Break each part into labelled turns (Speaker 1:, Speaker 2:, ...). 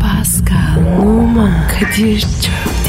Speaker 1: Pascal, Oman, Kadir çok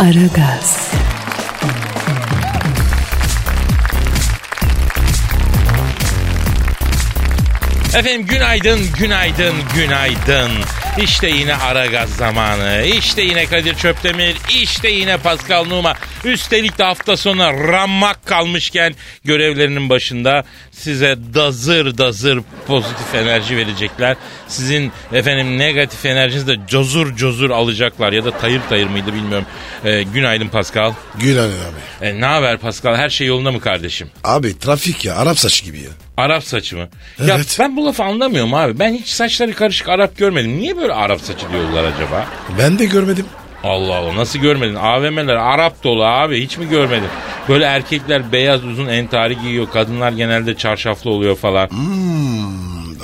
Speaker 1: Aragaz,
Speaker 2: Efendim günaydın, günaydın, günaydın. İşte yine ara gaz zamanı. İşte yine Kadir Çöptemir. işte yine Pascal Numa. Üstelik de hafta sonuna ramak kalmışken görevlerinin başında size dazır dazır pozitif enerji verecekler. Sizin efendim negatif enerjinizi de cozur cozur alacaklar ya da tayır tayır mıydı bilmiyorum. Ee, günaydın Pascal.
Speaker 3: Günaydın abi.
Speaker 2: Ee, ne haber Pascal? Her şey yolunda mı kardeşim?
Speaker 3: Abi trafik ya Arap saçı gibi ya.
Speaker 2: Arap saçı mı? Ya
Speaker 3: Evet.
Speaker 2: ben bu lafı anlamıyorum abi. Ben hiç saçları karışık Arap görmedim. Niye böyle Arap saçı diyorlar acaba?
Speaker 3: Ben de görmedim.
Speaker 2: Allah Allah nasıl görmedin? AVM'ler Arap dolu abi hiç mi görmedin? Böyle erkekler beyaz uzun entari giyiyor. Kadınlar genelde çarşaflı oluyor falan.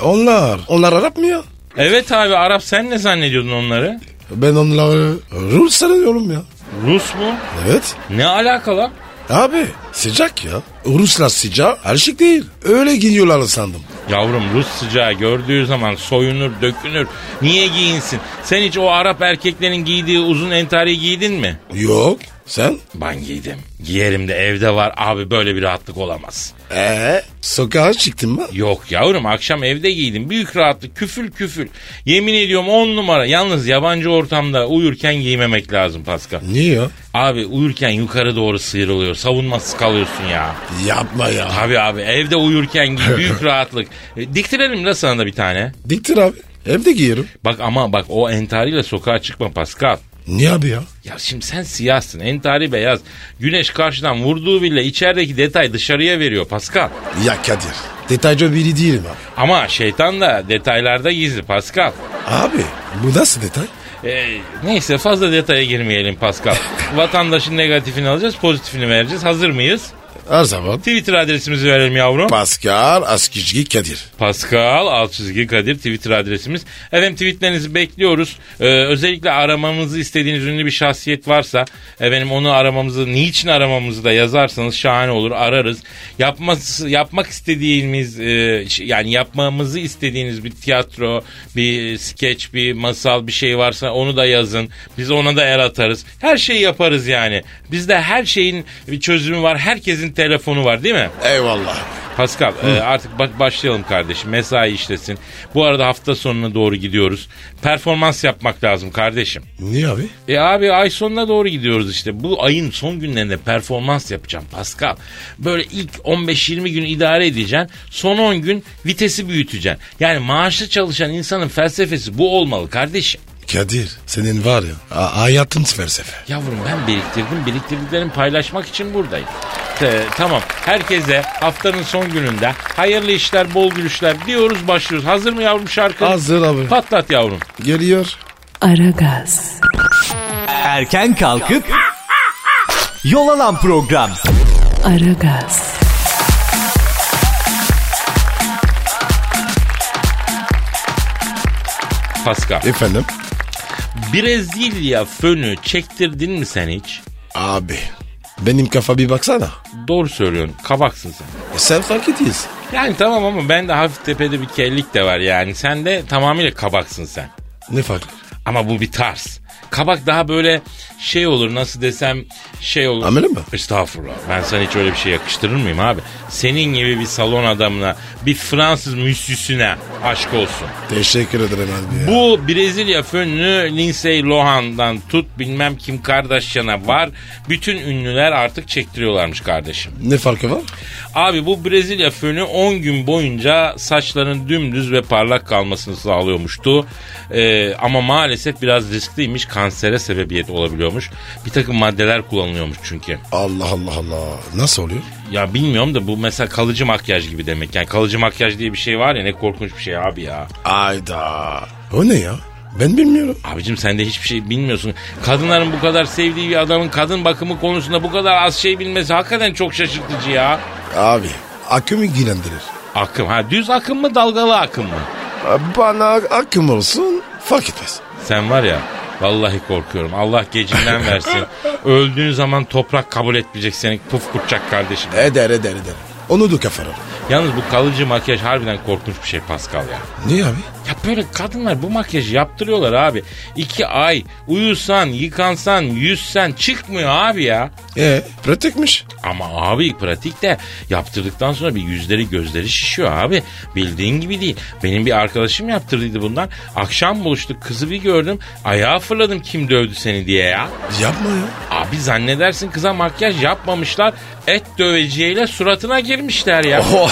Speaker 3: Onlar. Onlar Arap mı ya?
Speaker 2: Evet abi Arap sen ne zannediyordun onları?
Speaker 3: Ben onları Rus sanıyorum ya.
Speaker 2: Rus mu?
Speaker 3: Evet.
Speaker 2: Ne alakalı?
Speaker 3: Abi sıcak ya. Ruslar sıcak. Her şey değil. Öyle giyiyorlar sandım.
Speaker 2: Yavrum Rus sıcağı gördüğü zaman soyunur, dökünür. Niye giyinsin? Sen hiç o Arap erkeklerin giydiği uzun entari giydin mi?
Speaker 3: Yok. Sen?
Speaker 2: Ben giydim. Giyerim de evde var. Abi böyle bir rahatlık olamaz.
Speaker 3: Ee, sokağa çıktın mı?
Speaker 2: Yok yavrum akşam evde giydim. Büyük rahatlık küfül küfül. Yemin ediyorum on numara. Yalnız yabancı ortamda uyurken giymemek lazım Pascal.
Speaker 3: Niye ya?
Speaker 2: Abi uyurken yukarı doğru sıyrılıyor. Savunmasız kalıyorsun ya.
Speaker 3: Yapma ya.
Speaker 2: Tabii abi evde uyurken giy. Büyük rahatlık. E, Diktirelim la sana da bir tane.
Speaker 3: Diktir abi. Evde giyerim.
Speaker 2: Bak ama bak o entariyle sokağa çıkma Pascal.
Speaker 3: Niye abi ya?
Speaker 2: Ya şimdi sen siyahsın, entari beyaz. Güneş karşıdan vurduğu bile içerideki detay dışarıya veriyor Pascal.
Speaker 3: Ya Kadir. Detaycı biri değilim abi.
Speaker 2: Ama şeytan da detaylarda gizli Pascal.
Speaker 3: Abi bu nasıl detay?
Speaker 2: Ee, neyse fazla detaya girmeyelim Pascal. Vatandaşın negatifini alacağız, pozitifini vereceğiz. Hazır mıyız?
Speaker 3: Her zaman.
Speaker 2: Twitter adresimizi verelim yavrum.
Speaker 3: Pascal Askizgi Kadir.
Speaker 2: Pascal alt çizgi Kadir Twitter adresimiz. Efendim tweetlerinizi bekliyoruz. Ee, özellikle aramamızı istediğiniz ünlü bir şahsiyet varsa efendim onu aramamızı niçin aramamızı da yazarsanız şahane olur ararız. Yapması, yapmak istediğimiz e, ş- yani yapmamızı istediğiniz bir tiyatro, bir skeç, bir masal bir şey varsa onu da yazın. Biz ona da el atarız. Her şeyi yaparız yani. Bizde her şeyin bir çözümü var. Herkesin telefonu var değil mi?
Speaker 3: Eyvallah.
Speaker 2: Pascal e, artık bak başlayalım kardeşim. Mesai işlesin. Bu arada hafta sonuna doğru gidiyoruz. Performans yapmak lazım kardeşim.
Speaker 3: Niye abi?
Speaker 2: E abi ay sonuna doğru gidiyoruz işte. Bu ayın son günlerinde performans yapacağım Pascal. Böyle ilk 15-20 gün idare edeceksin. Son 10 gün vitesi büyüteceksin. Yani maaşlı çalışan insanın felsefesi bu olmalı kardeşim.
Speaker 3: Kadir senin var ya a- hayatın felsefe.
Speaker 2: Yavrum ben biriktirdim. Biriktirdiklerimi paylaşmak için buradayım. Te- tamam. Herkese haftanın son gününde hayırlı işler, bol gülüşler diyoruz başlıyoruz. Hazır mı yavrum şarkı?
Speaker 3: Hazır abi.
Speaker 2: Patlat yavrum.
Speaker 3: Geliyor.
Speaker 1: Aragaz,
Speaker 4: Erken kalkıp yol alan program.
Speaker 1: Aragaz,
Speaker 2: Pascal.
Speaker 3: Efendim?
Speaker 2: Brezilya fönü çektirdin mi sen hiç?
Speaker 3: Abi benim kafa bir baksana.
Speaker 2: Doğru söylüyorsun. Kavaksın sen.
Speaker 3: E sen fark ediyorsun.
Speaker 2: Yani tamam ama ben de hafif tepede bir kellik de var yani. Sen de tamamıyla kabaksın sen.
Speaker 3: Ne farkı?
Speaker 2: Ama bu bir tarz. Kabak daha böyle şey olur nasıl desem şey olur.
Speaker 3: Ameli mi?
Speaker 2: Estağfurullah. Ben sana hiç öyle bir şey yakıştırır mıyım abi? Senin gibi bir salon adamına, bir Fransız müsüsüne aşk olsun.
Speaker 3: Teşekkür ederim abi ya.
Speaker 2: Bu Brezilya fönlü Lindsay Lohan'dan tut bilmem kim Kardashian'a var. Bütün ünlüler artık çektiriyorlarmış kardeşim.
Speaker 3: Ne farkı var?
Speaker 2: Abi bu Brezilya fönü 10 gün boyunca saçların dümdüz ve parlak kalmasını sağlıyormuştu. Ee, ama maalesef biraz riskliymiş. Kansere sebebiyet olabiliyormuş. Bir takım maddeler kullanılıyormuş çünkü.
Speaker 3: Allah Allah Allah. Nasıl oluyor?
Speaker 2: Ya bilmiyorum da bu mesela kalıcı makyaj gibi demek. Yani kalıcı makyaj diye bir şey var ya ne korkunç bir şey abi ya.
Speaker 3: Ayda. O ne ya? Ben bilmiyorum.
Speaker 2: Abicim sen de hiçbir şey bilmiyorsun. Kadınların bu kadar sevdiği bir adamın kadın bakımı konusunda bu kadar az şey bilmesi hakikaten çok şaşırtıcı ya.
Speaker 3: Abi akımı ilgilendirir.
Speaker 2: Akım ha düz akım mı dalgalı akım mı?
Speaker 3: Bana akım olsun fark etmez.
Speaker 2: Sen var ya vallahi korkuyorum. Allah gecinden versin. Öldüğün zaman toprak kabul etmeyecek seni puf kurtacak kardeşim.
Speaker 3: Eder eder eder. Onu da kafarım.
Speaker 2: Yalnız bu kalıcı makyaj harbiden korkunç bir şey Pascal ya.
Speaker 3: Niye abi?
Speaker 2: Ya böyle kadınlar bu makyajı yaptırıyorlar abi. İki ay uyusan, yıkansan, yüzsen çıkmıyor abi ya.
Speaker 3: E pratikmiş.
Speaker 2: Ama abi pratik de yaptırdıktan sonra bir yüzleri gözleri şişiyor abi. Bildiğin gibi değil. Benim bir arkadaşım yaptırdıydı bundan. Akşam buluştuk kızı bir gördüm. Ayağa fırladım kim dövdü seni diye ya.
Speaker 3: Yapma ya.
Speaker 2: Abi zannedersin kıza makyaj yapmamışlar. Et döveciyle suratına girmişler ya.
Speaker 3: O,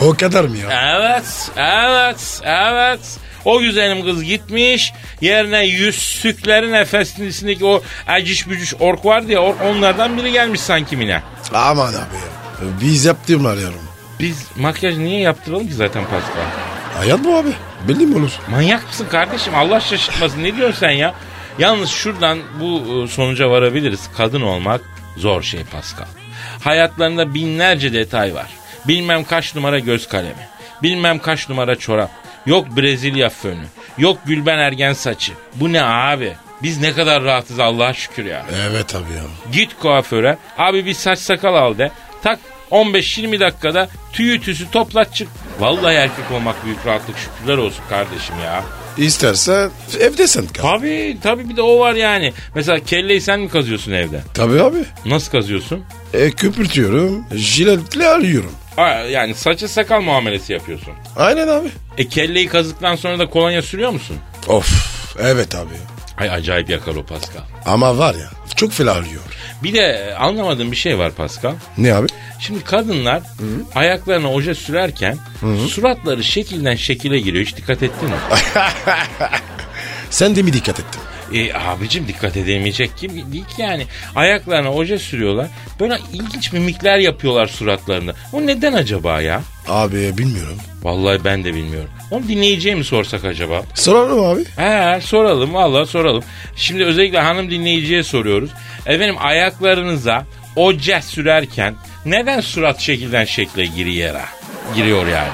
Speaker 3: o kadar mı ya?
Speaker 2: Evet, evet, evet. O güzelim kız gitmiş. Yerine yüzsüklerin efesindeki o aciş bücüş ork vardı ya ork onlardan biri gelmiş sanki mine.
Speaker 3: Aman abi ya. Biz yaptığımı arıyorum.
Speaker 2: Biz makyaj niye yaptıralım ki zaten Pascal?
Speaker 3: Hayat bu abi. Belli mi olur?
Speaker 2: Manyak mısın kardeşim? Allah şaşırtmasın. Ne diyorsun sen ya? Yalnız şuradan bu e, sonuca varabiliriz. Kadın olmak zor şey Pascal. Hayatlarında binlerce detay var. Bilmem kaç numara göz kalemi. Bilmem kaç numara çorap. Yok Brezilya fönü. Yok Gülben Ergen saçı. Bu ne abi? Biz ne kadar rahatız Allah'a şükür ya.
Speaker 3: Evet abi ya.
Speaker 2: Git kuaföre. Abi bir saç sakal al de. Tak 15-20 dakikada tüyü tüsü toplat çık. Vallahi erkek olmak büyük rahatlık şükürler olsun kardeşim ya.
Speaker 3: İstersen evde sen kal.
Speaker 2: Tabii tabii bir de o var yani. Mesela kelleyi sen mi kazıyorsun evde?
Speaker 3: Tabii abi.
Speaker 2: Nasıl kazıyorsun?
Speaker 3: E, köpürtüyorum. Jiletle arıyorum.
Speaker 2: Aa, yani saça sakal muamelesi yapıyorsun.
Speaker 3: Aynen abi.
Speaker 2: E kelleyi kazdıktan sonra da kolonya sürüyor musun?
Speaker 3: Of. Evet abi. ya.
Speaker 2: Ay acayip yakar o Pascal.
Speaker 3: Ama var ya çok fena arıyor.
Speaker 2: Bir de e, anlamadığım bir şey var Pascal.
Speaker 3: Ne abi?
Speaker 2: Şimdi kadınlar ayaklarına oje sürerken suratları şekilden şekile giriyor. Hiç dikkat ettin mi?
Speaker 3: Sen de mi dikkat ettin?
Speaker 2: E abicim dikkat edemeyecek gibi değil ki yani. Ayaklarına oje sürüyorlar. Böyle ilginç mimikler yapıyorlar suratlarında. O neden acaba ya?
Speaker 3: Abi bilmiyorum.
Speaker 2: Vallahi ben de bilmiyorum. Onu dinleyiciye mi sorsak acaba?
Speaker 3: Sorarım abi.
Speaker 2: He soralım vallahi soralım. Şimdi özellikle hanım dinleyiciye soruyoruz. Efendim ayaklarınıza oje sürerken neden surat şekilden şekle giriyor, giriyor yani?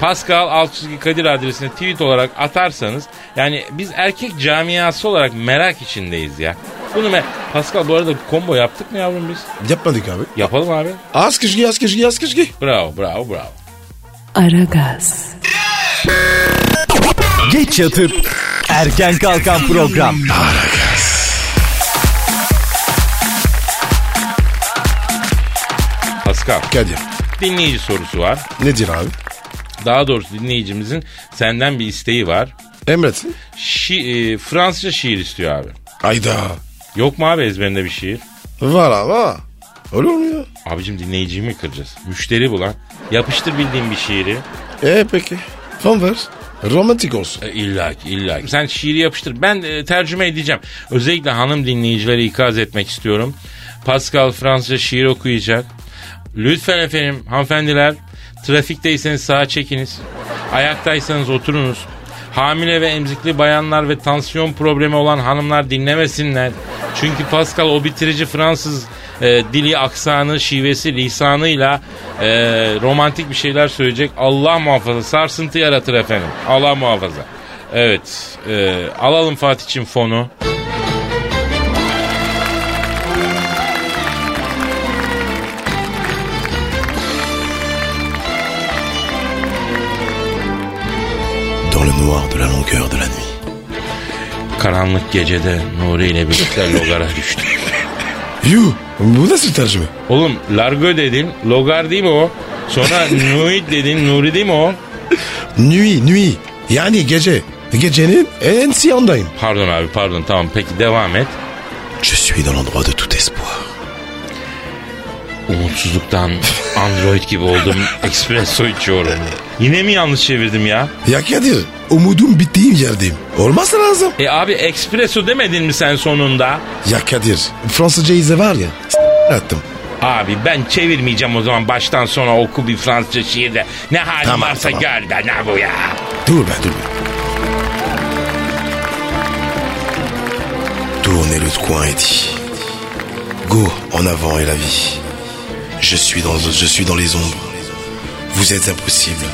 Speaker 2: Pascal alt çizgi Kadir adresine tweet olarak atarsanız yani biz erkek camiası olarak merak içindeyiz ya. Bunu me- Pascal bu arada combo yaptık mı yavrum biz?
Speaker 3: Yapmadık abi.
Speaker 2: Yapalım abi.
Speaker 3: Az kışkı az kışkı az kışkı.
Speaker 2: Bravo bravo bravo.
Speaker 1: Aragaz,
Speaker 4: Geç yatıp erken kalkan program.
Speaker 2: Pascal
Speaker 3: Kadir.
Speaker 2: dinleyici sorusu var.
Speaker 3: Nedir abi?
Speaker 2: Daha doğrusu dinleyicimizin senden bir isteği var.
Speaker 3: Emretsin.
Speaker 2: Şi- e, Fransızca şiir istiyor abi.
Speaker 3: Ayda.
Speaker 2: Yok mu abi ezberinde bir şiir?
Speaker 3: Var ama. Olur mu ya?
Speaker 2: Abicim dinleyiciyi mi kıracağız? Müşteri bu lan. Yapıştır bildiğin bir şiiri.
Speaker 3: E peki. Fon ver. Romantik olsun.
Speaker 2: E, illa ki illa ki. Sen şiiri yapıştır. Ben e, tercüme edeceğim. Özellikle hanım dinleyicileri ikaz etmek istiyorum. Pascal Fransızca şiir okuyacak. Lütfen efendim hanımefendiler trafikteyseniz sağa çekiniz. Ayaktaysanız oturunuz. Hamile ve emzikli bayanlar ve tansiyon problemi olan hanımlar dinlemesinler. Çünkü Pascal o bitirici Fransız e, dili, aksanı, şivesi, lisanıyla e, romantik bir şeyler söyleyecek. Allah muhafaza sarsıntı yaratır efendim. Allah muhafaza. Evet e, alalım Fatih'in fonu.
Speaker 3: Dans le noir de la longueur de la nuit.
Speaker 2: Karanlık gecede Nuri ile birlikte logara düştü.
Speaker 3: Yuh. Bu nasıl tercüme?
Speaker 2: Oğlum largo dedin, logar değil mi o? Sonra Nuit dedin, Nuri değil mi o?
Speaker 3: Nuit, nuit. Yani gece. Gecenin en siyandayım.
Speaker 2: Pardon abi pardon tamam peki devam et.
Speaker 3: Je suis dans l'endroit de tout espoir.
Speaker 2: Umutsuzluktan Android gibi oldum. Espresso içiyorum. Yine mi yanlış çevirdim ya?
Speaker 3: Ya Kadir, umudum bittiğim yerdeyim. Olmazsa lazım.
Speaker 2: E abi espresso demedin mi sen sonunda?
Speaker 3: Ya Kadir, Fransızca izi var ya. s- attım.
Speaker 2: Abi ben çevirmeyeceğim o zaman baştan sona oku bir Fransızca şiirde. Ne halin
Speaker 3: Tamam,
Speaker 2: varsa
Speaker 3: tamam.
Speaker 2: gör be ne bu ya.
Speaker 3: Dur be, dur be.
Speaker 5: mais le coin est dit. Go, en avant et la vie. Je suis dans, je suis dans les ombres. Vous êtes impossible.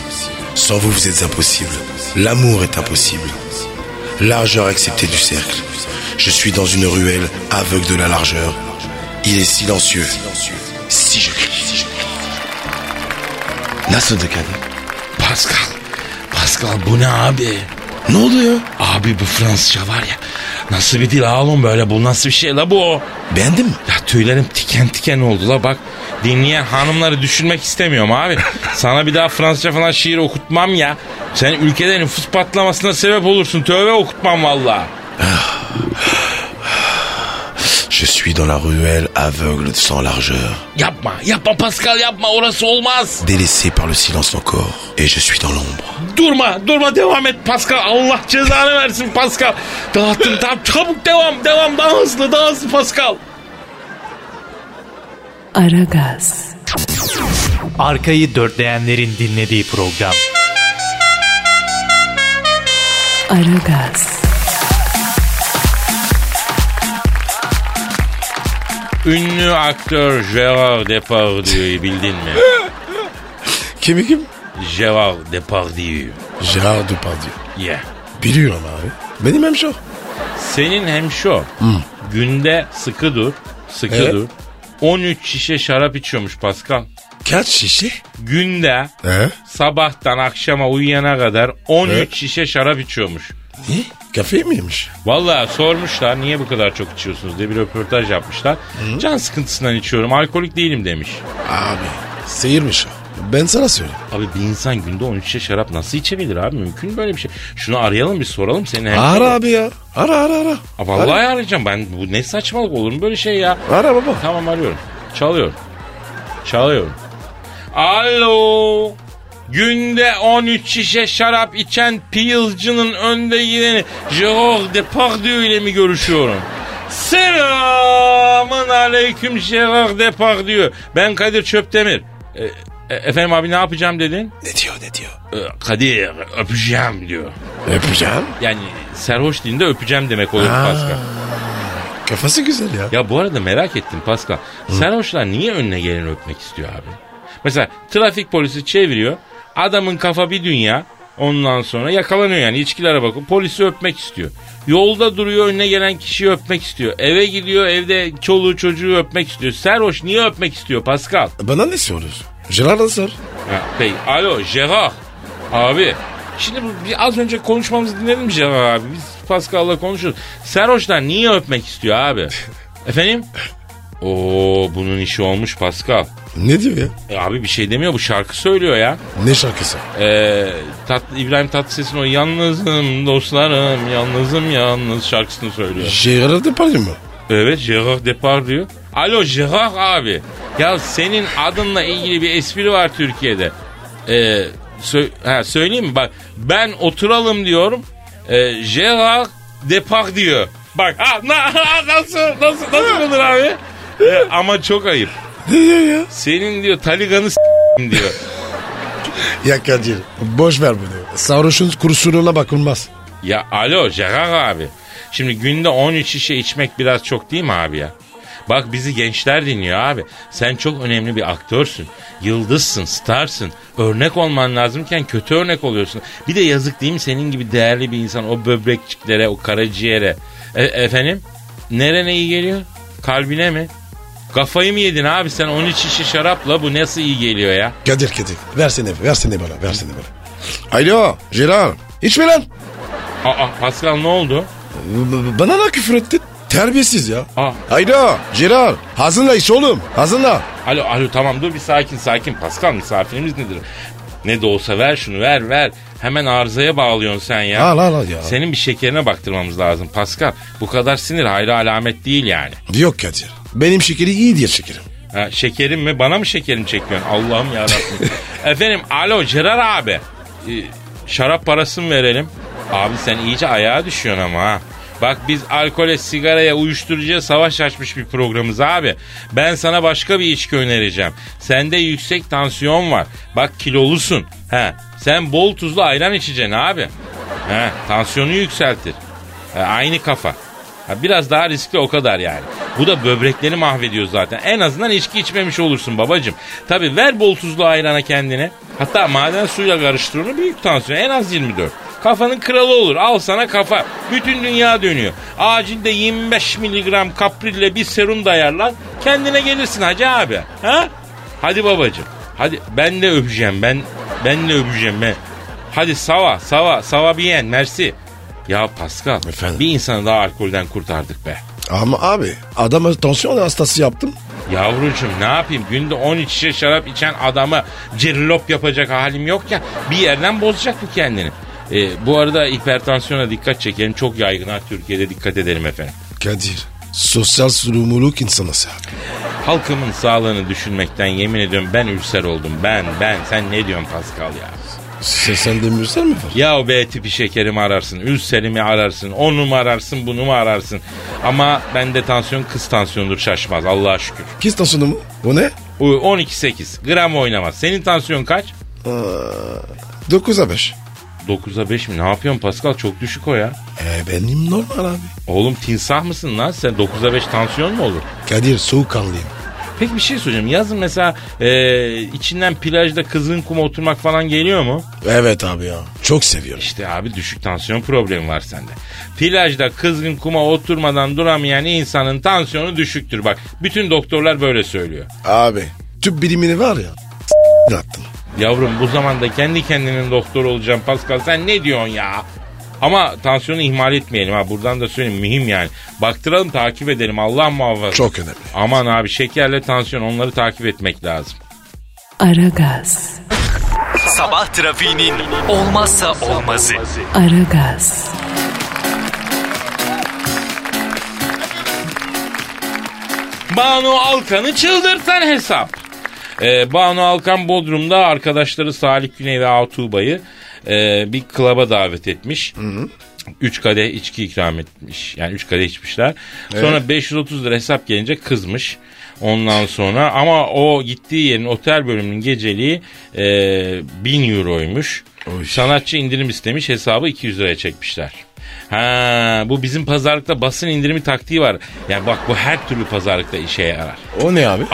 Speaker 5: Sans vous, vous êtes impossible. L'amour est impossible. Largeur acceptée du cercle. Je suis dans une ruelle aveugle de la largeur. Il est silencieux. Si je crie. Nasıl dikkat?
Speaker 2: Pascal. Pascal bu ne abi?
Speaker 5: Ne oldu ya?
Speaker 2: Abi bu Fransızca var ya. Nasıl bir dil oğlum böyle bu nasıl bir şey la bu?
Speaker 5: Beğendin mi?
Speaker 2: Ya tüylerim tiken tiken oldu la bak. Dinleyen hanımları düşünmek istemiyorum abi. Sana bir daha Fransızca falan şiir okutmam ya. Sen ülkede nüfus patlamasına sebep olursun. Tövbe okutmam valla.
Speaker 5: Je suis dans la ruelle aveugle sans largeur.
Speaker 2: Yapma. Yapma Pascal yapma. Orası olmaz.
Speaker 5: Délaissé par le silence encore. Et je suis dans l'ombre.
Speaker 2: Durma. Durma devam et Pascal. Allah cezanı versin Pascal. Dağıttım tamam. Çabuk devam. Devam. Daha hızlı. Daha hızlı Pascal.
Speaker 1: Aragaz,
Speaker 4: Arkayı dörtleyenlerin dinlediği program.
Speaker 1: Aragaz,
Speaker 2: Ünlü aktör Gerard Depardieu'yu bildin mi?
Speaker 3: Kimi kim?
Speaker 2: Gerard Depardieu.
Speaker 3: Gerard Depardieu. hein,
Speaker 2: Yeah.
Speaker 3: Biliyorum abi. Benim hemşo.
Speaker 2: Senin hem şu. Günde sıkı dur. Sıkı
Speaker 3: Evet.
Speaker 2: dur. 13 şişe şarap içiyormuş Pascal.
Speaker 3: Kaç şişe?
Speaker 2: Günde
Speaker 3: He?
Speaker 2: sabahtan akşama uyuyana kadar 13
Speaker 3: Evet.
Speaker 2: şişe şarap içiyormuş.
Speaker 3: Ne? Kafe miymiş?
Speaker 2: Vallahi sormuşlar niye bu kadar çok içiyorsunuz diye bir röportaj yapmışlar. Can sıkıntısından içiyorum alkolik değilim demiş.
Speaker 3: Abi seyirmiş o. Ben sana söyleyeyim.
Speaker 2: Abi bir insan günde 13 şişe şarap nasıl içebilir abi mümkün mü böyle bir şey. Şunu arayalım bir soralım senin hem.
Speaker 3: Ara abi ya. Ara ara ara.
Speaker 2: Aa, Vallahi arayacağım ben bu ne saçmalık olur mu böyle şey ya.
Speaker 3: Ara baba.
Speaker 2: Tamam arıyorum. Çalıyorum. Çalıyorum. Alo. Günde 13 şişe şarap içen piyılcının önde gideni Gerard Depardieu ile mi görüşüyorum? Selamın aleyküm Gerard Depardieu. Ben Kadir Çöptemir. E, e, efendim abi ne yapacağım dedin?
Speaker 3: Ne diyor ne diyor?
Speaker 2: E, Kadir öpeceğim diyor.
Speaker 3: Öpeceğim.
Speaker 2: Yani serhoş dilinde öpeceğim demek oluyor Pascal.
Speaker 3: Kafası güzel ya.
Speaker 2: Ya bu arada merak ettim Pascal. Sarhoşlar niye önüne geleni öpmek istiyor abi? Mesela trafik polisi çeviriyor. Adamın kafa bir dünya. Ondan sonra yakalanıyor yani içkilere bakıp polisi öpmek istiyor. Yolda duruyor önüne gelen kişiyi öpmek istiyor. Eve gidiyor evde çoluğu çocuğu öpmek istiyor. Serhoş niye öpmek istiyor Pascal?
Speaker 3: Bana ne soruyorsun? Gerard'a sor.
Speaker 2: Ha, pey, alo Gerard. Abi şimdi bu, bir az önce konuşmamızı dinledin mi Gerard abi? Biz Pascal'la konuşuyoruz. Serhoşlar niye öpmek istiyor abi? Efendim? Oo bunun işi olmuş Pascal.
Speaker 3: Ne diyor ya?
Speaker 2: E, abi bir şey demiyor bu şarkı söylüyor ya.
Speaker 3: Ne şarkısı?
Speaker 2: Ee, tat, İbrahim Tatlıses'in o yalnızım dostlarım yalnızım yalnız şarkısını söylüyor.
Speaker 3: Gerard Depardieu mu?
Speaker 2: Evet Gerard Depardieu. Alo Gerard abi. Ya senin adınla ilgili bir espri var Türkiye'de. Ee, sö- ha, söyleyeyim mi? Bak ben oturalım diyorum. Ee, Gerard Depardieu. Bak ha, na- nasıl, nasıl, nasıl olur abi? Ee, ama çok ayıp.
Speaker 3: Ne diyor ya?
Speaker 2: Senin diyor taliganı s- diyor.
Speaker 3: Ya Kadir boş ver bunu. Sarhoşun kursuruna bakılmaz.
Speaker 2: Ya alo Gerard abi. Şimdi günde 13 şişe içmek biraz çok değil mi abi ya? Bak bizi gençler dinliyor abi. Sen çok önemli bir aktörsün. Yıldızsın, starsın. Örnek olman lazımken kötü örnek oluyorsun. Bir de yazık değil mi senin gibi değerli bir insan o böbrekçiklere, o karaciğere. E- efendim? Nerene iyi geliyor? Kalbine mi? Kafayı mı yedin abi sen 13 şişe şarapla bu nasıl iyi geliyor ya?
Speaker 3: Kadir Kadir versene versene bana versene bana. Alo Gerard içme lan.
Speaker 2: Aa Pascal ne oldu?
Speaker 3: B- Bana da küfür ettin. Terbiyesiz ya.
Speaker 2: Aa.
Speaker 3: Alo Gerard hazırla iç oğlum hazırla.
Speaker 2: Alo alo tamam dur bir sakin sakin Pascal misafirimiz nedir? Ne de olsa ver şunu ver ver. Hemen arızaya bağlıyorsun sen ya.
Speaker 3: Al al al ya.
Speaker 2: Senin bir şekerine baktırmamız lazım Pascal. Bu kadar sinir hayra alamet değil yani.
Speaker 3: Yok Kadir benim şekeri iyi diye şekerim.
Speaker 2: Ha, şekerim mi? Bana mı şekerim çekmiyorsun? Allah'ım yarabbim. Efendim alo Cerar abi. Ee, şarap parasını verelim. Abi sen iyice ayağa düşüyorsun ama ha. Bak biz alkole, sigaraya, uyuşturucuya savaş açmış bir programız abi. Ben sana başka bir içki önereceğim. Sende yüksek tansiyon var. Bak kilolusun. He. Sen bol tuzlu ayran içeceksin abi. He. Tansiyonu yükseltir. E, aynı kafa. Ha, biraz daha riskli o kadar yani. Bu da böbrekleri mahvediyor zaten. En azından içki içmemiş olursun babacım. Tabi ver bol tuzlu ayrana kendine. Hatta maden suyuyla karıştır onu büyük tansiyon en az 24. Kafanın kralı olur al sana kafa. Bütün dünya dönüyor. Acilde 25 miligram kaprille bir serum dayarlar. Kendine gelirsin hacı abi. Ha? Hadi babacım. Hadi ben de öpeceğim ben. Ben de öpeceğim ben. Hadi sava sava sava bien merci. Ya Pascal
Speaker 3: Efendim?
Speaker 2: bir insanı daha alkolden kurtardık be.
Speaker 3: Ama abi adama tansiyon hastası yaptım.
Speaker 2: Yavrucuğum ne yapayım günde 13 şişe şarap içen adama cirlop yapacak halim yok ya bir yerden bozacak bu kendini. Ee, bu arada hipertansiyona dikkat çekelim çok yaygın ha Türkiye'de dikkat edelim efendim.
Speaker 3: Kadir sosyal sorumluluk insanası abi.
Speaker 2: Halkımın sağlığını düşünmekten yemin ediyorum ben ülser oldum ben ben sen ne diyorsun Pascal ya?
Speaker 3: Sen, sen de mürsel mi var?
Speaker 2: Ya o B tipi şekerimi ararsın, ülserimi ararsın, onu mu ararsın, bunu mu ararsın? Ama bende tansiyon kız tansiyondur şaşmaz Allah'a şükür.
Speaker 3: Kız tansiyonu mu? Bu ne?
Speaker 2: Bu 12-8 gram oynamaz. Senin tansiyon kaç?
Speaker 3: 9'a 5.
Speaker 2: 9'a 5 mi? Ne yapıyorsun Pascal? Çok düşük o ya.
Speaker 3: E benim normal abi.
Speaker 2: Oğlum tinsah mısın lan sen? 9'a 5 tansiyon mu olur?
Speaker 3: Kadir soğukkanlıyım.
Speaker 2: Peki bir şey söyleyeceğim. Yazın mesela e, içinden plajda kızgın kuma oturmak falan geliyor mu?
Speaker 3: Evet abi ya. Çok seviyorum.
Speaker 2: İşte abi düşük tansiyon problemi var sende. Plajda kızgın kuma oturmadan duramayan insanın tansiyonu düşüktür bak. Bütün doktorlar böyle söylüyor.
Speaker 3: Abi tüp birimini var ya. attım.
Speaker 2: Yavrum bu zamanda kendi kendinin doktor olacağım Pascal sen ne diyorsun ya? Ama tansiyonu ihmal etmeyelim ha buradan da söyleyeyim mühim yani. Baktıralım takip edelim Allah muhafaza.
Speaker 3: Çok önemli.
Speaker 2: Aman abi şekerle tansiyon onları takip etmek lazım.
Speaker 1: Aragaz,
Speaker 4: Sabah trafiğinin olmazsa olmazı.
Speaker 1: Aragaz,
Speaker 2: Banu Alkan'ı çıldırtan hesap. Ee, Banu Alkan Bodrum'da arkadaşları Salih Güney ve Atuğba'yı e, bir klaba davet etmiş. Üç kadeh içki ikram etmiş. Yani üç kadeh içmişler. Sonra 530 lira hesap gelince kızmış. Ondan sonra ama o gittiği yerin otel bölümünün geceliği e, 1000 euroymuş.
Speaker 3: Oy.
Speaker 2: Sanatçı indirim istemiş hesabı 200 liraya çekmişler. Ha bu bizim pazarlıkta basın indirimi taktiği var. Yani bak bu her türlü pazarlıkta işe yarar.
Speaker 3: O ne abi?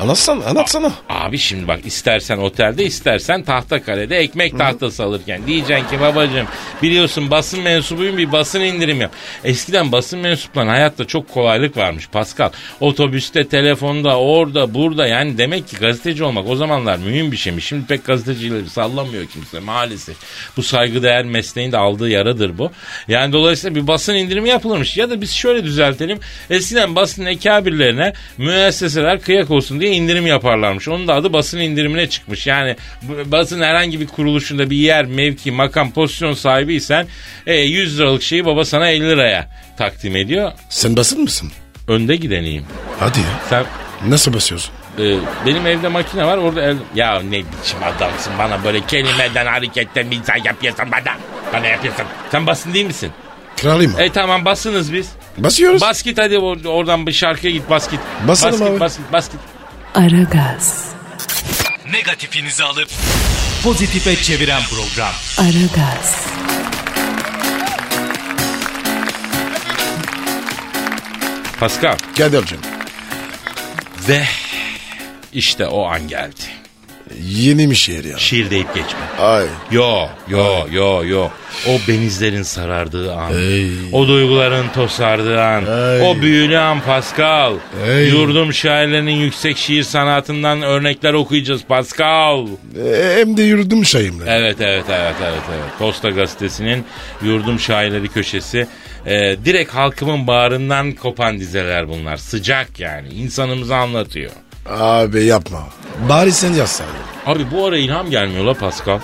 Speaker 3: Anlatsana anlatsana.
Speaker 2: Abi şimdi bak istersen otelde istersen tahta kalede ekmek tahtası alırken diyeceksin ki babacığım biliyorsun basın mensubuyum bir basın indirim yap. Eskiden basın mensuplarının hayatta çok kolaylık varmış Pascal. Otobüste, telefonda, orada, burada yani demek ki gazeteci olmak o zamanlar mühim bir şeymiş. Şimdi pek gazetecileri sallamıyor kimse maalesef. Bu saygıdeğer mesleğin de aldığı yaradır bu. Yani dolayısıyla bir basın indirimi yapılırmış. Ya da biz şöyle düzeltelim. Eskiden basın ekabirlerine müesseseler kıyak olsun diye indirim yaparlarmış. Onun da adı basın indirimine çıkmış. Yani bu- basın herhangi bir kuruluşunda bir yer, mevki, makam, pozisyon sahibiysen e, 100 liralık şeyi baba sana 50 liraya takdim ediyor.
Speaker 3: Sen basın mısın?
Speaker 2: Önde gideneyim.
Speaker 3: Hadi ya.
Speaker 2: Sen
Speaker 3: Nasıl basıyorsun?
Speaker 2: e, benim evde makine var orada el... Ya ne biçim adamsın bana böyle kelimeden hareketten bir insan yapıyorsun bana. Bana yapıyorsun. Sen basın değil misin?
Speaker 3: Kralıyım abi.
Speaker 2: E tamam basınız biz.
Speaker 3: Basıyoruz.
Speaker 2: Bas git hadi or- oradan bir şarkıya git bas git.
Speaker 3: Basalım
Speaker 2: bas
Speaker 3: abi.
Speaker 2: git, bas git bas git.
Speaker 1: Aragaz,
Speaker 4: Negatifinizi alıp pozitife çeviren program.
Speaker 1: Aragaz,
Speaker 2: Pascal.
Speaker 3: Kadir'cim
Speaker 2: Ve işte o an geldi.
Speaker 3: yeni bir şehir ya.
Speaker 2: Şiir deyip geçme.
Speaker 3: Ay.
Speaker 2: Yo yo yo yo. O benizlerin sarardığı an.
Speaker 3: Ey.
Speaker 2: O duyguların tosardığı an.
Speaker 3: Ey.
Speaker 2: O büyülü an Pascal.
Speaker 3: Ey.
Speaker 2: Yurdum şairlerinin yüksek şiir sanatından örnekler okuyacağız Pascal.
Speaker 3: E, hem de yürüdüm şeyimle.
Speaker 2: Evet evet evet evet evet. Posta gazetesinin yurdum şairleri köşesi. Ee, direkt halkımın bağrından kopan dizeler bunlar. Sıcak yani. İnsanımızı anlatıyor.
Speaker 3: Abi yapma. Bari sen yazsaydın.
Speaker 2: Abi bu ara ilham gelmiyor la Pascal.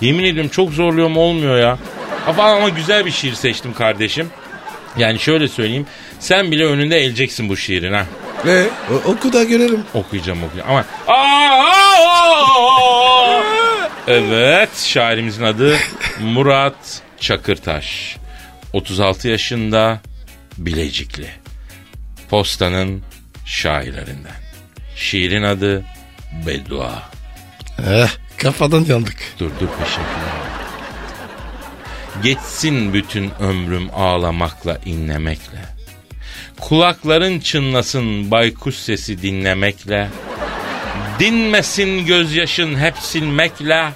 Speaker 2: Yemin ediyorum çok zorluyorum olmuyor ya. Ama, ama güzel bir şiir seçtim kardeşim. Yani şöyle söyleyeyim. Sen bile önünde eleceksin bu şiirin ha.
Speaker 3: Ne? O, oku da görelim.
Speaker 2: Okuyacağım okuyacağım ama... Aa, aa, aa, aa. evet şairimizin adı Murat Çakırtaş. 36 yaşında Bilecikli. Postanın şairlerinden. Şiirin adı Beddua.
Speaker 3: Eh, kafadan yandık.
Speaker 2: Dur dur peşine Geçsin bütün ömrüm ağlamakla inlemekle. Kulakların çınlasın baykuş sesi dinlemekle. Dinmesin gözyaşın hep silmekle.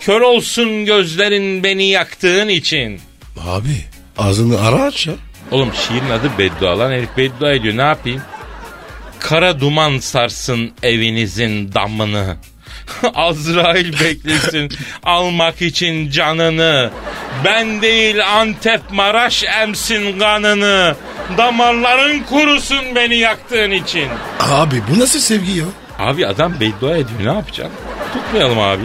Speaker 2: Kör olsun gözlerin beni yaktığın için.
Speaker 3: Abi ağzını ara aç ya.
Speaker 2: Oğlum şiirin adı beddua lan herif beddua ediyor ne yapayım? Kara duman sarsın evinizin damını. Azrail beklesin almak için canını. Ben değil Antep Maraş emsin kanını. Damarların kurusun beni yaktığın için.
Speaker 3: Abi bu nasıl sevgi ya?
Speaker 2: Abi adam beddua ediyor ne yapacaksın? Tutmayalım abi.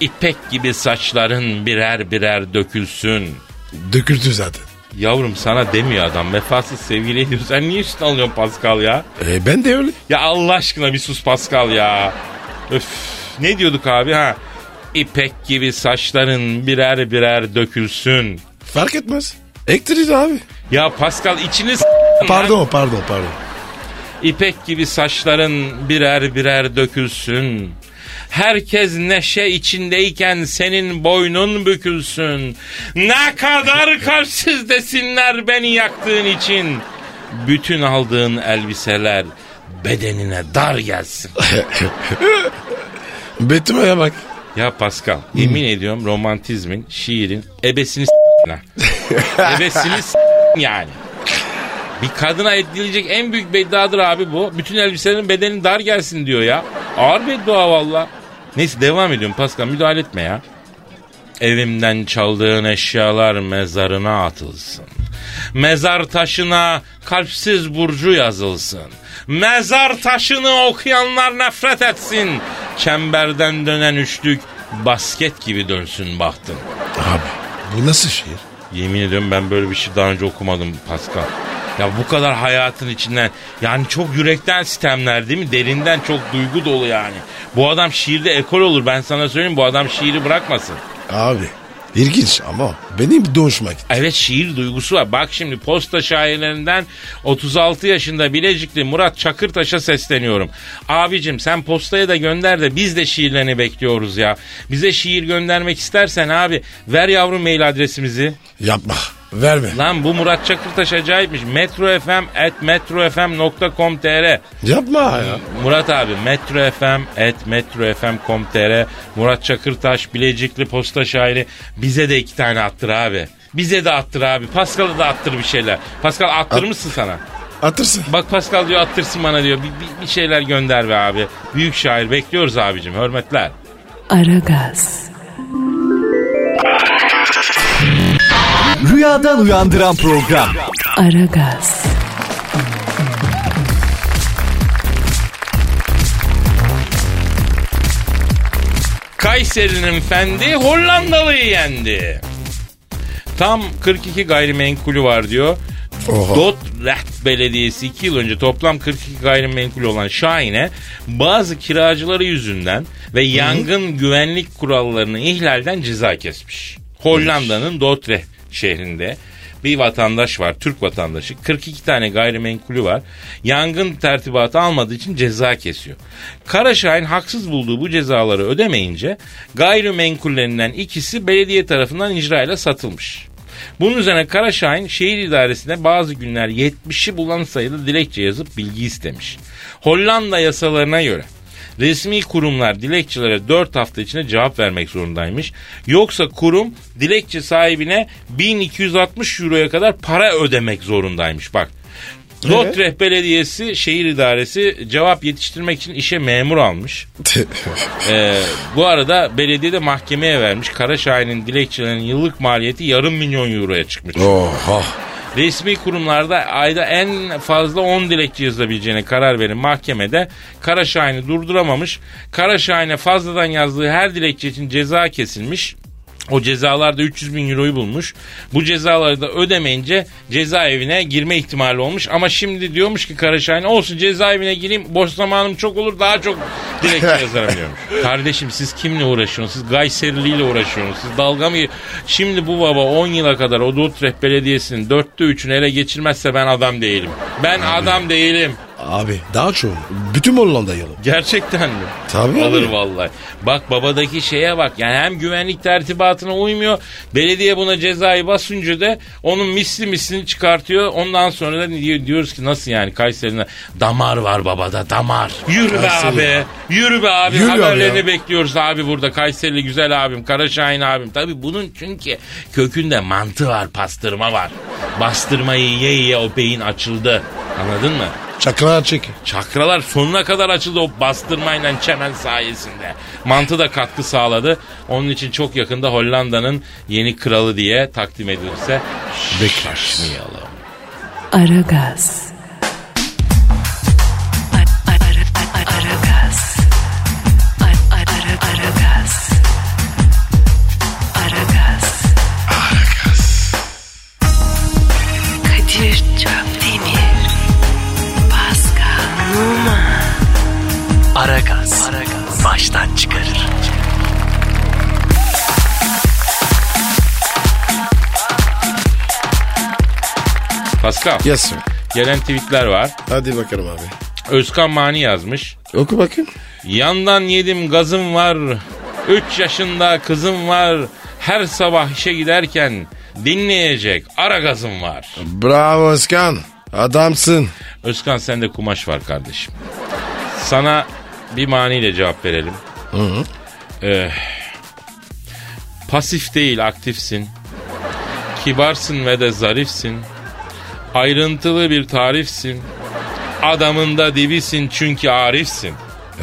Speaker 2: İpek gibi saçların birer birer dökülsün.
Speaker 3: Döküldü zaten.
Speaker 2: Yavrum sana demiyor adam. Vefasız sevgili ediyor. Sen niye üstüne alıyorsun Pascal ya?
Speaker 3: E ben de öyle.
Speaker 2: Ya Allah aşkına bir sus Pascal ya. Öf, ne diyorduk abi ha? İpek gibi saçların birer birer dökülsün.
Speaker 3: Fark etmez. Ektiririz abi.
Speaker 2: Ya Pascal içiniz...
Speaker 3: Pardon pardon pardon.
Speaker 2: İpek gibi saçların birer birer dökülsün. Herkes neşe içindeyken senin boynun bükülsün. Ne kadar kalpsiz desinler beni yaktığın için. Bütün aldığın elbiseler bedenine dar gelsin.
Speaker 3: Betimaya bak.
Speaker 2: Ya Pascal yemin ediyorum romantizmin, şiirin ebesini s**tin ha. ebesini s**tin yani. Bir kadına edilecek en büyük beddadır abi bu. Bütün elbiselerin bedeni dar gelsin diyor ya. Ağır beddua valla. Neyse devam ediyorum Pascal müdahale etme ya. Evimden çaldığın eşyalar mezarına atılsın. Mezar taşına kalpsiz burcu yazılsın. Mezar taşını okuyanlar nefret etsin. Çemberden dönen üçlük basket gibi dönsün bahtın.
Speaker 3: Abi bu nasıl şiir?
Speaker 2: Yemin ediyorum ben böyle bir şey daha önce okumadım Pascal. Ya bu kadar hayatın içinden yani çok yürekten sistemler değil mi? Derinden çok duygu dolu yani. Bu adam şiirde ekol olur ben sana söyleyeyim bu adam şiiri bırakmasın.
Speaker 3: Abi ilginç ama benim de hoşuma gitti.
Speaker 2: Evet şiir duygusu var. Bak şimdi posta şairlerinden 36 yaşında Bilecikli Murat Çakırtaş'a sesleniyorum. Abicim sen postaya da gönder de biz de şiirlerini bekliyoruz ya. Bize şiir göndermek istersen abi ver yavrum mail adresimizi.
Speaker 3: Yapma. Verme.
Speaker 2: Lan bu Murat Çakırtaş acayipmiş. metrofm at metrofm.com.tr
Speaker 3: Yapma ya.
Speaker 2: Murat abi metrofm at metrofm.com.tr Murat Çakırtaş Bilecikli posta şairi bize de iki tane attır abi. Bize de attır abi. Pascal'a da attır bir şeyler. Pascal attır mısın sana?
Speaker 3: Atırsın.
Speaker 2: Bak Pascal diyor attırsın bana diyor. Bir, bir, bir şeyler gönder be abi. Büyük şair bekliyoruz abicim. Hürmetler.
Speaker 1: Aragaz,
Speaker 4: Rüyadan uyandıran program.
Speaker 1: Aragaz,
Speaker 2: Kayseri'nin fendi Hollandalı'yı yendi. Tam 42 gayrimenkulü var diyor.
Speaker 3: Oha.
Speaker 2: Dordrecht Belediyesi 2 yıl önce toplam 42 gayrimenkul olan Şahin'e bazı kiracıları yüzünden ve yangın güvenlik kurallarını ihlalden ceza kesmiş. Hollanda'nın Dordrecht şehrinde bir vatandaş var, Türk vatandaşı. 42 tane gayrimenkulü var. Yangın tertibatı almadığı için ceza kesiyor. Kara Şahin haksız bulduğu bu cezaları ödemeyince gayrimenkullerinden ikisi belediye tarafından icrayla satılmış. Bunun üzerine Kara Şahin şehir idaresine bazı günler 70'i bulan sayıda dilekçe yazıp bilgi istemiş. Hollanda yasalarına göre resmi kurumlar dilekçelere 4 hafta içinde cevap vermek zorundaymış. Yoksa kurum dilekçe sahibine 1260 euroya kadar para ödemek zorundaymış bak. Dordrecht Belediyesi Şehir İdaresi cevap yetiştirmek için işe memur almış. Ee, bu arada belediye de mahkemeye vermiş. Kara Şahin'in dilekçelerinin yıllık maliyeti yarım milyon euroya çıkmış.
Speaker 3: Oha.
Speaker 2: Resmi kurumlarda ayda en fazla 10 dilekçe yazılabileceğine karar verin mahkemede. Kara Şahin'i durduramamış. Kara Şahin'e fazladan yazdığı her dilekçe için ceza kesilmiş. O cezalarda 300 bin euroyu bulmuş. Bu cezaları da ödemeyince cezaevine girme ihtimali olmuş. Ama şimdi diyormuş ki Kara Şahin olsun cezaevine gireyim boş zamanım çok olur daha çok dilekçe yazarım diyormuş. Kardeşim siz kimle uğraşıyorsunuz? Siz Gayseriliyle uğraşıyorsunuz. Siz dalga mı... Şimdi bu baba 10 yıla kadar o Dordrecht Belediyesi'nin dörtte üçünü ele geçirmezse ben adam değilim. Ben adam değilim.
Speaker 3: Abi daha çoğu. Bütün Hollanda yalı.
Speaker 2: Gerçekten mi?
Speaker 3: Tabii
Speaker 2: Alır
Speaker 3: abi.
Speaker 2: vallahi. Bak babadaki şeye bak. Yani hem güvenlik tertibatına uymuyor. Belediye buna cezayı basınca da onun misli mislini çıkartıyor. Ondan sonra da diyor- diyoruz ki nasıl yani Kayseri'de damar var babada damar. Yürü be
Speaker 3: Kayseri
Speaker 2: abi.
Speaker 3: ya.
Speaker 2: Yürü be abi.
Speaker 3: Yürü abi
Speaker 2: Haberlerini
Speaker 3: ya.
Speaker 2: bekliyoruz abi burada. Kayserili güzel abim. Karaşahin abim. Tabii bunun çünkü kökünde mantı var. Pastırma var. Bastırmayı ye ye o beyin açıldı. Anladın mı?
Speaker 3: Çakra çek.
Speaker 2: Çakralar sonuna kadar açıldı o bastırmayla çemen sayesinde. Mantı da katkı sağladı. Onun için çok yakında Hollanda'nın yeni kralı diye takdim edilirse
Speaker 3: Bekler.
Speaker 2: şaşmayalım.
Speaker 1: Aragaz. Aragaz. Aragaz. Aragaz. Kadir Çapdemir. Pascal Numa.
Speaker 4: Aragaz. Baştan çıkarır.
Speaker 2: Pascal
Speaker 3: Yes sir.
Speaker 2: gelen tweetler var.
Speaker 3: Hadi bakalım abi.
Speaker 2: Özkan Mani yazmış.
Speaker 3: Oku bakayım.
Speaker 2: Yandan yedim gazım var. 3 yaşında kızım var. Her sabah işe giderken dinleyecek ara gazım var.
Speaker 3: Bravo Özkan. Adamsın.
Speaker 2: Özkan sende kumaş var kardeşim. Sana bir maniyle cevap verelim. Eh, pasif değil aktifsin. Kibarsın ve de zarifsin. Ayrıntılı bir tarifsin. Adamında dibisin çünkü arifsin.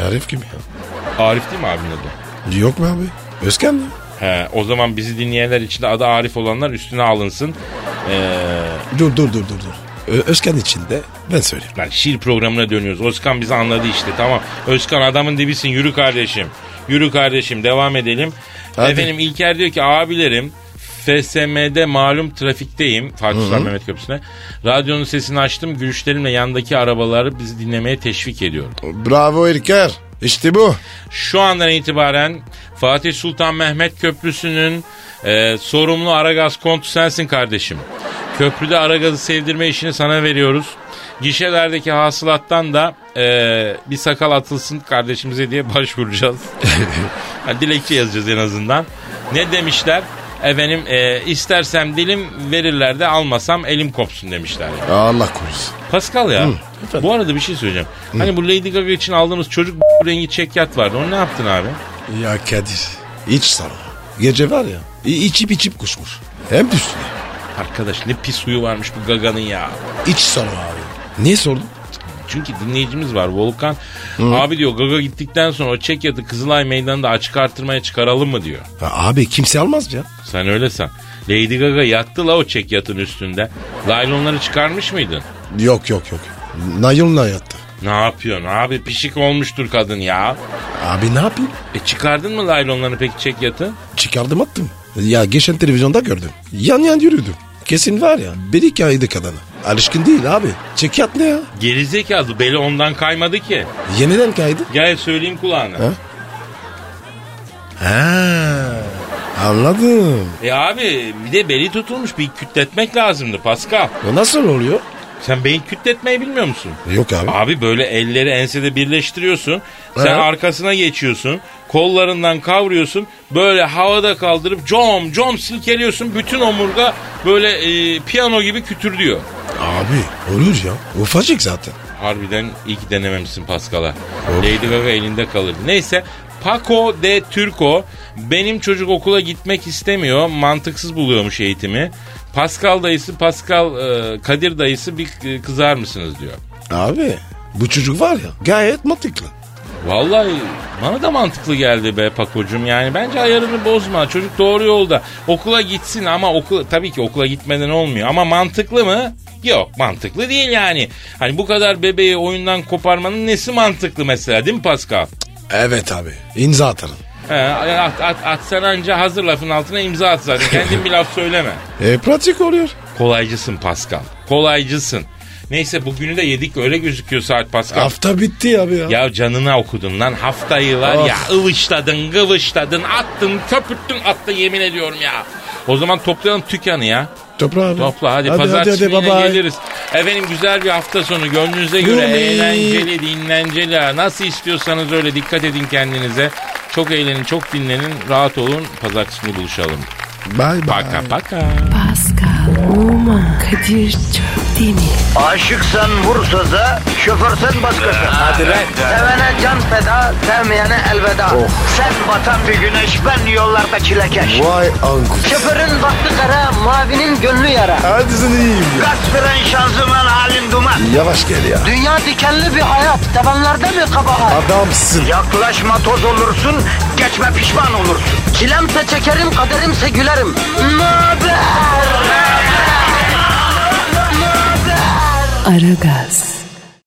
Speaker 3: Arif kim ya?
Speaker 2: Arif değil mi abinin adı?
Speaker 3: Yok mu abi? Özkan mı?
Speaker 2: He, o zaman bizi dinleyenler için de adı Arif olanlar üstüne alınsın.
Speaker 3: Dur dur dur dur. dur. Ö- Özkan içinde ben söyleyeyim.
Speaker 2: Lan şiir programına dönüyoruz. Özkan bizi anladı işte tamam. Özkan adamın dibisin yürü kardeşim. Yürü kardeşim devam edelim.
Speaker 3: Hadi.
Speaker 2: Efendim İlker diyor ki abilerim FSM'de malum trafikteyim. Fatih Sultan Mehmet Köprüsü'ne. Radyonun sesini açtım. Gülüşlerimle yandaki arabaları bizi dinlemeye teşvik ediyorum.
Speaker 3: Bravo İlker. İşte bu.
Speaker 2: Şu andan itibaren Fatih Sultan Mehmet Köprüsü'nün e, sorumlu Aragaz kontu sensin kardeşim. Köprüde Aragaz'ı sevdirme işini sana veriyoruz. Gişelerdeki hasılattan da e, bir sakal atılsın kardeşimize diye başvuracağız. Ha, Dilekçe yazacağız en azından. Ne demişler? Efendim e, istersem dilim verirler de almasam elim kopsun demişler. yani.
Speaker 3: Allah korusun.
Speaker 2: Pascal ya. bu arada bir şey söyleyeceğim. Hani bu Lady Gaga için aldığımız çocuk rengi çekyat vardı. Onu ne yaptın abi?
Speaker 3: Ya Kadir. İç sana. Gece var ya. i- içip içip kusmuş. Hem de üstüne.
Speaker 2: Arkadaş ne pis suyu varmış bu Gaga'nın ya.
Speaker 3: İç sana abi. Niye sordun?
Speaker 2: Çünkü dinleyicimiz var Volkan. Abi diyor Gaga gittikten sonra o çekyatı Kızılay Meydanı'nda açık artırmaya çıkaralım mı diyor.
Speaker 3: Ya abi kimse almaz ya.
Speaker 2: Sen öyle san. Lady Gaga yattı la o çekyatın üstünde. Laylonları çıkarmış mıydın?
Speaker 3: Yok yok yok. Nayonla yattı.
Speaker 2: Ne yapıyorsun abi pişik olmuştur kadın ya.
Speaker 3: Abi ne yapayım?
Speaker 2: E çıkardın mı laylonlarını peki çekyatı?
Speaker 3: Çıkardım attım. Ya geçen televizyonda gördüm. Yan yan yürüdüm. Kesin var ya. Bir iki aydı kadını. Alışkın değil abi. Çekyat ne ya?
Speaker 2: Gerizekalı beli ondan kaymadı ki.
Speaker 3: Yeniden kaydı.
Speaker 2: Gel söyleyeyim kulağına.
Speaker 3: Ha? Ha. Anladım.
Speaker 2: E abi bir de beli tutulmuş bir kütletmek lazımdı Pascal.
Speaker 3: O nasıl oluyor?
Speaker 2: Sen beyin kütletmeyi bilmiyor musun?
Speaker 3: Yok abi.
Speaker 2: Abi böyle elleri ensede birleştiriyorsun. Sen
Speaker 3: Evet.
Speaker 2: arkasına geçiyorsun. Kollarından kavruyorsun. Böyle havada kaldırıp com com silkeliyorsun. Bütün omurga böyle e, piyano gibi kütürlüyor.
Speaker 3: Abi olur ya. Ufacık zaten.
Speaker 2: Harbiden iyi ki denememişsin Paskal'a. Lady Gaga elinde kalırdı. Neyse Paco de Turco benim çocuk okula gitmek istemiyor. Mantıksız buluyormuş eğitimi. Pascal dayısı Pascal e, Kadir dayısı bir e, kızar mısınız diyor.
Speaker 3: Abi bu çocuk var ya gayet mantıklı.
Speaker 2: Vallahi bana da mantıklı geldi be Pakocuğum yani. Bence ayarını bozma. Çocuk doğru yolda. Okula gitsin ama okul tabii ki okula gitmeden olmuyor. Ama mantıklı mı? Yok mantıklı değil yani. Hani bu kadar bebeği oyundan koparmanın nesi mantıklı mesela değil mi Pascal?
Speaker 3: Evet abi imza atarım.
Speaker 2: He, at, at, atsan anca hazır lafın altına imza at zaten. Kendin bir laf söyleme.
Speaker 3: E pratik oluyor.
Speaker 2: Kolaycısın Pascal. Kolaycısın. Neyse bugünü de yedik öyle gözüküyor saat Pascal.
Speaker 3: Hafta bitti abi ya.
Speaker 2: Ya canına okudun lan haftayı var
Speaker 3: Of.
Speaker 2: ya ıvışladın gıvışladın attın köpürttün attın yemin ediyorum ya. O zaman toplayalım tükanı ya.
Speaker 3: Topla abi.
Speaker 2: Topla hadi,
Speaker 3: Hadi,
Speaker 2: pazartesi
Speaker 3: hadi, hadi,
Speaker 2: yine
Speaker 3: bye bye.
Speaker 2: geliriz. Efendim güzel bir hafta sonu gönlünüze göre
Speaker 3: Yumi.
Speaker 2: eğlenceli, dinlenceli. ha. Nasıl istiyorsanız öyle dikkat edin kendinize. Çok eğlenin, çok dinlenin, rahat olun. Pazartesi günü buluşalım.
Speaker 3: Bye bye.
Speaker 2: Paka paka.
Speaker 1: Pascal, Oman, Kadir çok değil mi?
Speaker 6: Aşıksan vursa da, şoförsen başkasın. Hadi lan. Oh. Sevene can feda, sevmeyene elveda. Sen batan bir güneş, ben yollarda çilekeş.
Speaker 5: Vay anku.
Speaker 6: Şoförün baktı kara, mavinin gönlü yara.
Speaker 5: Hadi sen iyiyim ya.
Speaker 6: Kasperen şanzıman halin duman.
Speaker 5: Yavaş gel ya.
Speaker 6: Dünya dikenli bir hayat, sevenlerde mi kabahar?
Speaker 5: Adamsın.
Speaker 6: Yaklaşma toz olursun, geçme pişman olursun. Çilemse çekerim, kaderimse gülerim. Möber!
Speaker 1: Aragaz.